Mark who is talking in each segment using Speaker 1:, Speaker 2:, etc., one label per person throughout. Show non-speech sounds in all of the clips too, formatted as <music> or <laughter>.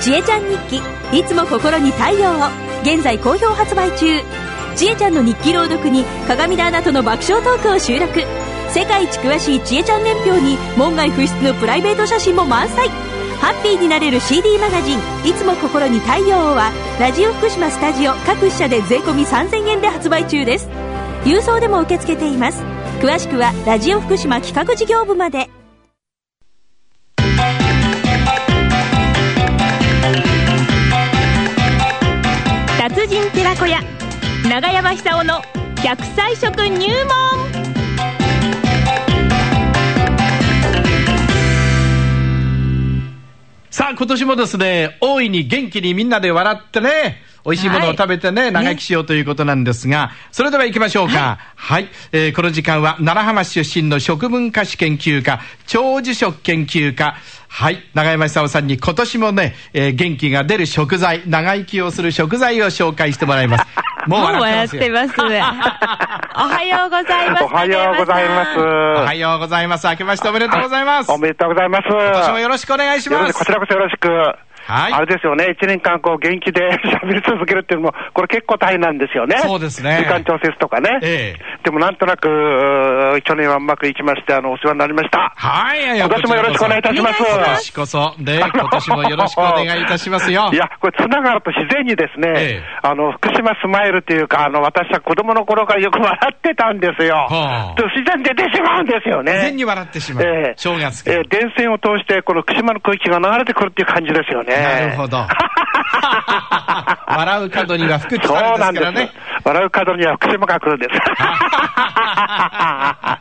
Speaker 1: ちえちゃん日記いつも心に太陽を現在好評発売中ちえちゃんの日記朗読に鏡田アナとの爆笑トークを収録世界一詳しいちえちゃん年表に門外不出のプライベート写真も満載ハッピーになれる CD マガジン「いつも心に太陽を」はラジオ福島スタジオ各社で税込3000円で発売中です郵送でも受け付けています詳しくはラジオ福島企画事業部まで
Speaker 2: 達人寺子屋長山久夫の百歳食入門
Speaker 3: さあ、今年もですね、大いに元気にみんなで笑ってね、美味しいものを食べてね、長生きしようということなんですが、それでは行きましょうか。はい、えーこの時間は、奈良浜市出身の食文化史研究家、長寿食研究家、はい、長山久夫さんに今年もね、えー元気が出る食材、長生きをする食材を紹介してもらい <laughs> ます。もう笑ってま
Speaker 2: ます
Speaker 3: すよ。
Speaker 2: お
Speaker 3: <laughs>
Speaker 2: はようございます
Speaker 4: おはようございます。
Speaker 3: おはようございます。明けましておめでとうございます。
Speaker 4: おめでとうございます。
Speaker 3: 今年もよろしくお願いし
Speaker 4: よろ
Speaker 3: ま
Speaker 4: しく
Speaker 3: す。
Speaker 4: こちらこそよろしく。
Speaker 3: はい
Speaker 4: あれですよね、一年間こう元気で <laughs> 喋り続けるっていうのも、これ結構大変なんですよね。
Speaker 3: そうですね
Speaker 4: 時間調節とかね。
Speaker 3: え
Speaker 4: でもなんとなく、うー去年はうまくいきまして、あの、お世話になりました。
Speaker 3: はい、
Speaker 4: 今年もよろしくお願いいたします。
Speaker 2: お願いし
Speaker 3: 今
Speaker 2: ま
Speaker 3: 年こそ、ね、今年もよろしくお願いいたしますよ。
Speaker 4: <laughs> いや、これ、つながると自然にです
Speaker 3: ええ
Speaker 4: ね、あの、福島スマイルというか、あの、私は子供の頃からよく笑ってたんですよ。
Speaker 3: はあ
Speaker 4: と自然に出てしまうんですよね。
Speaker 3: 自然に笑ってしまう。
Speaker 4: ええ
Speaker 3: 正月
Speaker 4: えー電線を通して、この福島の空気が流れてくるっていう感じですよね。
Speaker 3: なるほど。笑う角には福来
Speaker 4: そ
Speaker 3: た
Speaker 4: うな
Speaker 3: る
Speaker 4: ん
Speaker 3: で
Speaker 4: です
Speaker 3: か
Speaker 4: す
Speaker 3: らね。。
Speaker 4: 笑う角には福島が来るんです。
Speaker 3: <laughs> は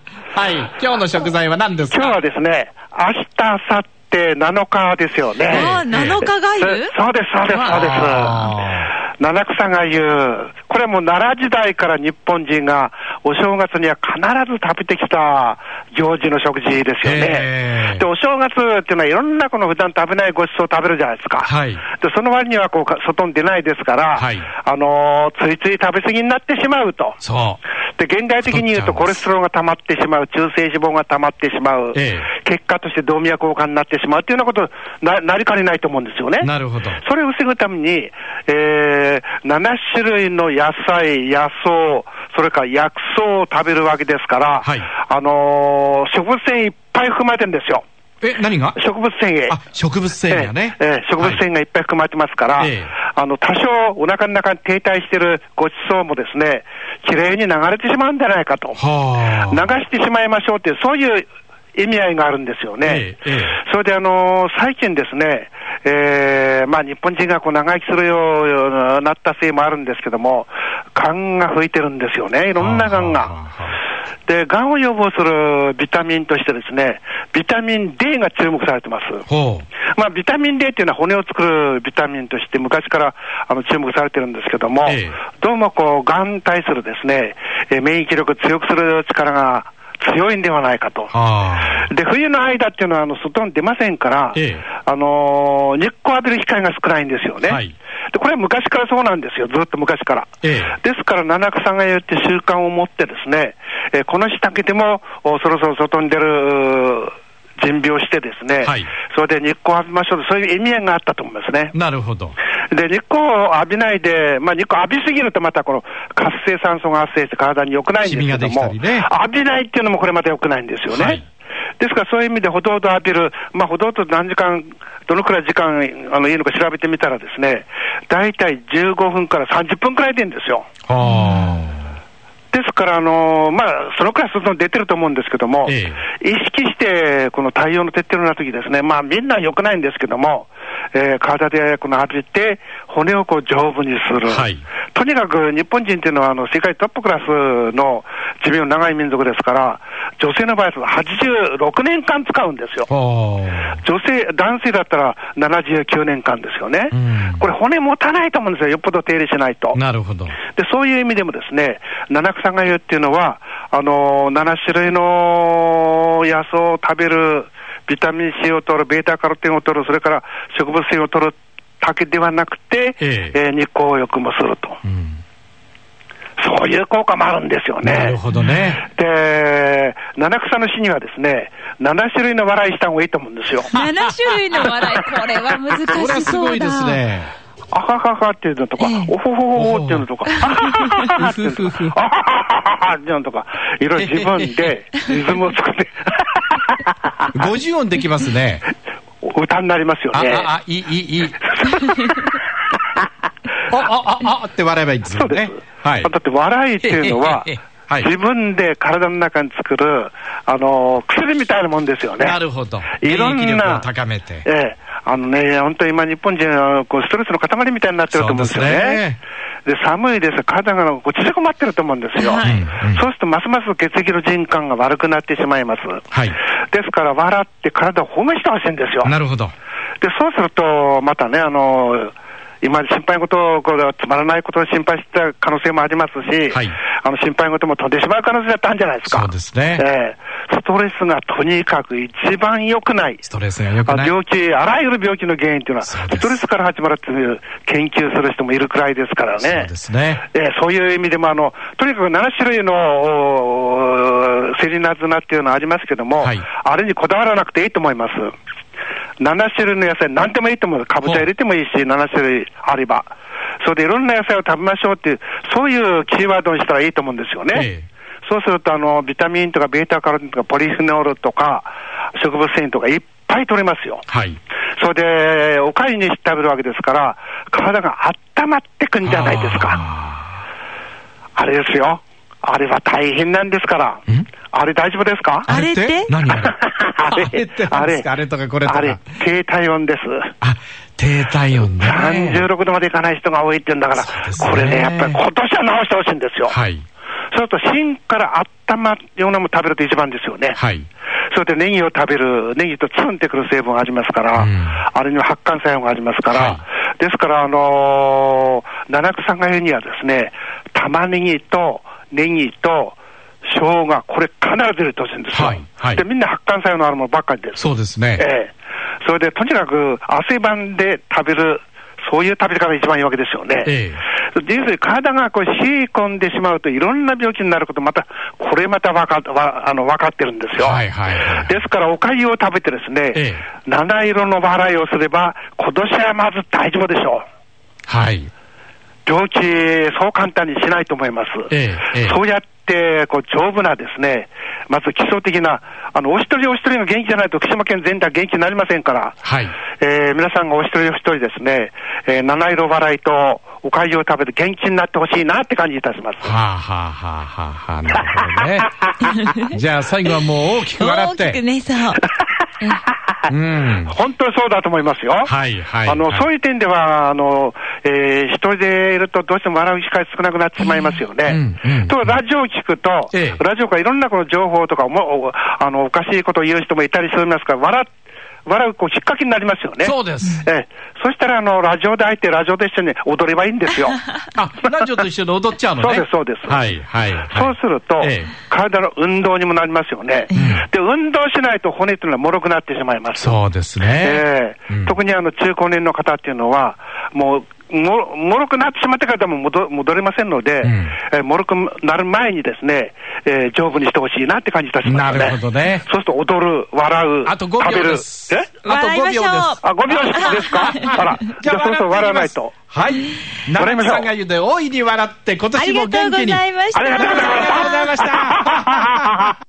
Speaker 3: い、今日の食材は何ですか
Speaker 4: 今日はですね、明日、明後日7日ですよね。
Speaker 2: あー7日がゆ
Speaker 4: そそうです、そうです、そうです。
Speaker 3: あ
Speaker 4: 七草がゆこれはもう奈良時代から日本人がお正月には必ず食べてきた行事の食事ですよ
Speaker 3: え
Speaker 4: ね。
Speaker 3: え
Speaker 4: で、お正月っていうのはいろんなこの普段食べないごちそうを食べるじゃないですか。
Speaker 3: はい
Speaker 4: で、その割にはこうか外に出ないですから、
Speaker 3: はい
Speaker 4: あのーついつい食べ過ぎになってしまうと。
Speaker 3: そう。
Speaker 4: で現代的に言うと、コレステロールが溜まってしまう、中性脂肪が溜まってしまう、
Speaker 3: え
Speaker 4: 結果として動脈硬化になってしまうっていうようなことな、なりかねないと思うんですよね。
Speaker 3: なるほど
Speaker 4: それを防ぐために、えー、7種類の野菜、野草、それから薬草を食べるわけですから、
Speaker 3: はい
Speaker 4: あのー植物繊維いっぱい含まれてるんですよ。
Speaker 3: え、何が
Speaker 4: 植物繊維。
Speaker 3: あ、植物繊維がね。
Speaker 4: ええええ植物
Speaker 3: はい
Speaker 4: 繊維がいっぱい含まれてますから、
Speaker 3: ええ
Speaker 4: あの多少お腹の中に停滞しているごちそうもですね、きれいに流れてしまうんじゃないかと、
Speaker 3: は
Speaker 4: 流
Speaker 3: あ。
Speaker 4: してしまいましょうっていう、そういう意味合いがあるんですよね。
Speaker 3: ええええ
Speaker 4: それで、あのー最近ですね、えーまあ、日本人がこう長生きするようになったせいもあるんですけども、癌が吹いてるんですよね、いろんな癌
Speaker 3: はあは
Speaker 4: が
Speaker 3: あは。
Speaker 4: で、癌を予防するビタミンとしてですね、ビタミン D が注目されてます。
Speaker 3: ほ
Speaker 4: まあ、ビタミン D っていうのは骨を作るビタミンとして昔からあの注目されてるんですけども、
Speaker 3: ええ
Speaker 4: どうもこう、がんに対するですね、えー免疫力を強くする力が強いんではないかと
Speaker 3: う。。はあ。
Speaker 4: で、冬の間っていうのは、あの、外に出ませんから、
Speaker 3: ええ
Speaker 4: あのー日光浴びる機会が少ないんですよね。
Speaker 3: はい
Speaker 4: で、これは昔からそうなんですよ。ずっと昔から。
Speaker 3: ええ
Speaker 4: ですから、七草がゆって習慣を持ってですね、えーこの日だけでも、おそろそろ外に出る、準備をしてですね、
Speaker 3: はい
Speaker 4: それで日光浴びましょうと、そういう意味合いがあったと思いますね。
Speaker 3: なるほど。
Speaker 4: で、日光を浴びないで、まあ、日光浴びすぎるとまたこの活性酸素が発生して体に良くないんですけど
Speaker 3: シミが
Speaker 4: も、
Speaker 3: できたりね
Speaker 4: 浴びないっていうのもこれまた良くないんですよね。
Speaker 3: はい
Speaker 4: ですからそういう意味でほどほど浴びる、まあ、ほどほど何時間、どのくらい時間あのいいのか調べてみたらですね、大体15分から30分くらいでいいんですよ。
Speaker 3: は
Speaker 4: ですから、あのまあ、そのくらい外に出てると思うんですけども、
Speaker 3: え
Speaker 4: 意識してこの対応の徹底のな時ですね、まあ、みんな良くないんですけども、えー体でこの浴びて、骨をこう丈夫にする、
Speaker 3: はい
Speaker 4: とにかく日本人っていうのはあの、世界トップクラスの寿命の長い民族ですから、女性の場合は86年間使うんですよ
Speaker 3: あ。。はあ。
Speaker 4: 女性、男性だったら79年間ですよね
Speaker 3: うん。
Speaker 4: これ骨持たないと思うんですよ。よっぽど手入れしないと。
Speaker 3: なるほど。
Speaker 4: で、そういう意味でもですね、七草がゆっていうのは、あのー、7種類の野草を食べる、ビタミン C を取る、ベータカロテンを取る、それから植物性を取るだけではなくて、
Speaker 3: ええ
Speaker 4: えー日光浴もすると。
Speaker 3: うん。
Speaker 4: そそういう効果もあるんですよね。
Speaker 3: なるほどね。
Speaker 4: で、七草の死にはですね、7種類の笑いした方がいいと思うんですよ。
Speaker 5: 7種類の笑い、これは難し
Speaker 3: これはす
Speaker 5: そ
Speaker 3: ご
Speaker 5: う
Speaker 3: いです
Speaker 5: だ。
Speaker 3: ね。
Speaker 4: あはははっていうのとか、
Speaker 5: ええ
Speaker 4: おほほほほっていうのとか、あははははっていうのとか、あははははっていうのとか、いろいろ自分でリズムを作って、
Speaker 3: 五十音できますね。
Speaker 4: 歌になりますよ
Speaker 3: あ、
Speaker 4: ね。
Speaker 3: あ、あ、いい、いい、い
Speaker 4: <laughs>
Speaker 3: い。あ、あ、あ、あって笑えばいいんです
Speaker 4: そ
Speaker 3: よ
Speaker 4: うです、
Speaker 3: ね。はい、
Speaker 4: だ。って笑いっていうの
Speaker 3: は
Speaker 4: は
Speaker 3: い
Speaker 4: 自分で体の中に作る、あの薬みたいなもんですよね。
Speaker 3: なるほど。
Speaker 4: いろんな
Speaker 3: 免疫力を高めて。
Speaker 4: ええ、あのね、本当に今、日本人はこうストレスの塊みたいになってると思うんですよ
Speaker 3: そうです
Speaker 4: ね
Speaker 3: ね。
Speaker 4: で寒いです、体がこう縮こまってると思うんですよ、
Speaker 5: はい
Speaker 3: うんうん
Speaker 4: そうするとますます血液の循環が悪くなってしまいます、
Speaker 3: はい
Speaker 4: ですから、笑って体を褒めしてほしいんですよ、
Speaker 3: なるほど。
Speaker 4: でそうすると、またね、あの今、心配事をこれはつまらないことを心配した可能性もありますし、
Speaker 3: はい
Speaker 4: あの心配事も飛んでしまう可能性だってあるんじゃないですか。
Speaker 3: そうですね
Speaker 4: ええストレスがとにかく一番良くない
Speaker 3: ス。トレスが良く
Speaker 4: あ
Speaker 3: ない。
Speaker 4: 病気、あらゆる病気の原因っていうのは、ス
Speaker 3: そうです
Speaker 4: トレスから始まるっていう研究する人もいるくらいですからね。
Speaker 3: そうですね。
Speaker 4: えーそういう意味でもあの、とにかく7種類のおーセリナズナっていうのはありますけども、
Speaker 3: はい
Speaker 4: あれにこだわらなくていいと思います。7種類の野菜、なんでもいいと思う。かぼちゃ入れてもいいし、7種類あれば。それでいろんな野菜を食べましょうっていう、そういうキーワードにしたらいいと思うんですよね。
Speaker 3: ええ
Speaker 4: そうすると、あの、ビタミンとか、ベータカロテンとか、ポリフェノールとか、植物繊維とかいっぱい取れますよ。
Speaker 3: はい。
Speaker 4: それで、おかゆにして食べるわけですから、体が温まってくんじゃないですか。
Speaker 3: か。
Speaker 4: あれですよ。あれは大変なんですから
Speaker 3: ん。
Speaker 4: あれ大丈夫ですか
Speaker 5: あれって
Speaker 3: 何あれ
Speaker 4: <laughs> あ
Speaker 3: <laughs> あれって何ですかあれとかこれとか
Speaker 4: あれ、低体温です。
Speaker 3: あ、低体温ね。
Speaker 4: 36度までいかない人が多いって言うんだから、
Speaker 3: そうですね
Speaker 4: これね、やっぱり今年は直してほしいんですよ。
Speaker 3: はい。
Speaker 4: それと芯から温まるようなもの食べると一番ですよね。
Speaker 3: はい。
Speaker 4: それでネギを食べる、ネギとツンってくる成分がありますから、
Speaker 3: うん
Speaker 4: あれには発汗作用がありますから、
Speaker 3: は
Speaker 4: ですから、あのー七草がゆにはですね、玉ねぎとネギと生姜、これ必ず入れてほしいんですよ。
Speaker 3: はいはい
Speaker 4: で、みんな発汗作用のあるものばっかりです。
Speaker 3: そうですね。
Speaker 4: ええそれで、とにかく汗ばんで食べる、そういう食べ方が一番いいわけですよね。
Speaker 3: え
Speaker 4: 要するに体がこう冷え込んでしまうと、いろんな病気になること、また、これまたわかわあの分かってるんですよ。
Speaker 3: はいはいはい
Speaker 4: ですから、おかゆを食べてですね、
Speaker 3: ええ
Speaker 4: 七色の笑いをすれば、今年はまず大丈夫でしょう。
Speaker 3: はい。
Speaker 4: 病気、そう簡単にしないと思います。
Speaker 3: ええええ
Speaker 4: そうやって、こう、丈夫なですね、まず基礎的な、あの、お一人お一人が元気じゃないと、福島県全体は元気になりませんから、
Speaker 3: はい。
Speaker 4: えー皆さんがお一人お一人ですね、えー七色笑いとおかゆを食べて元気になってほしいなって感じいたします。
Speaker 3: はあはあはあはあはあ。な
Speaker 5: <laughs>
Speaker 3: るほどね。じゃあ最後はもう大きく笑
Speaker 5: 大
Speaker 3: っ
Speaker 5: きく
Speaker 3: て。
Speaker 5: ね、そう。
Speaker 3: うん。
Speaker 4: 本当にそうだと思いますよ。
Speaker 3: はいはい
Speaker 4: あの、
Speaker 3: はい
Speaker 4: そういう点では、あの、えー一人でいるとどうしても笑う機会少なくなってしまいますよね。
Speaker 3: うんうん
Speaker 4: と、ラジオを聞くと、
Speaker 3: ええ
Speaker 4: ラジオからいろんなこの情報とかも、おあの、おかしいことを言う人もいたりしますから、笑っ、笑う、こう、きっかけになりますよね。
Speaker 3: そうです。
Speaker 4: ええそしたら、あの、ラジオで入って、ラジオで一緒に踊ればいい
Speaker 3: <laughs>
Speaker 4: んですよ。
Speaker 3: あ、ラジオと一緒に踊っちゃうのね。
Speaker 4: そうですそうです
Speaker 3: はいはいはい。
Speaker 4: そうすると、
Speaker 3: ええ
Speaker 4: 体の運動にもなりますよね。で、運動しないと骨っていうのは脆くなってしまいます。
Speaker 3: そうですね。
Speaker 4: ええ
Speaker 3: うん
Speaker 4: 特にあの中高年の方っていうのは、もう、も脆くなってしまってからでも戻戻れませんので、
Speaker 3: ん
Speaker 4: えー脆くなる前にですね、えー丈夫にしてほしいなって感じいたしますね。
Speaker 3: なるほどね
Speaker 4: そうすると踊る、笑う、
Speaker 3: あと5
Speaker 4: 食べ
Speaker 3: 秒
Speaker 4: る。
Speaker 3: です。
Speaker 4: え
Speaker 3: あと5秒です。
Speaker 4: あ、5秒ですかあら、 <laughs> じゃあそろそろ笑わないと。。
Speaker 3: はい。
Speaker 4: 笑
Speaker 3: 奈
Speaker 4: い
Speaker 3: 良
Speaker 4: ましょう
Speaker 3: さんが言うで、大いに笑って、今
Speaker 5: あ
Speaker 3: 年
Speaker 5: り
Speaker 3: も
Speaker 5: がとう
Speaker 3: 元
Speaker 5: ご
Speaker 3: 気に。
Speaker 5: ざいました。
Speaker 4: ありがとうございました
Speaker 3: ありがとうございました。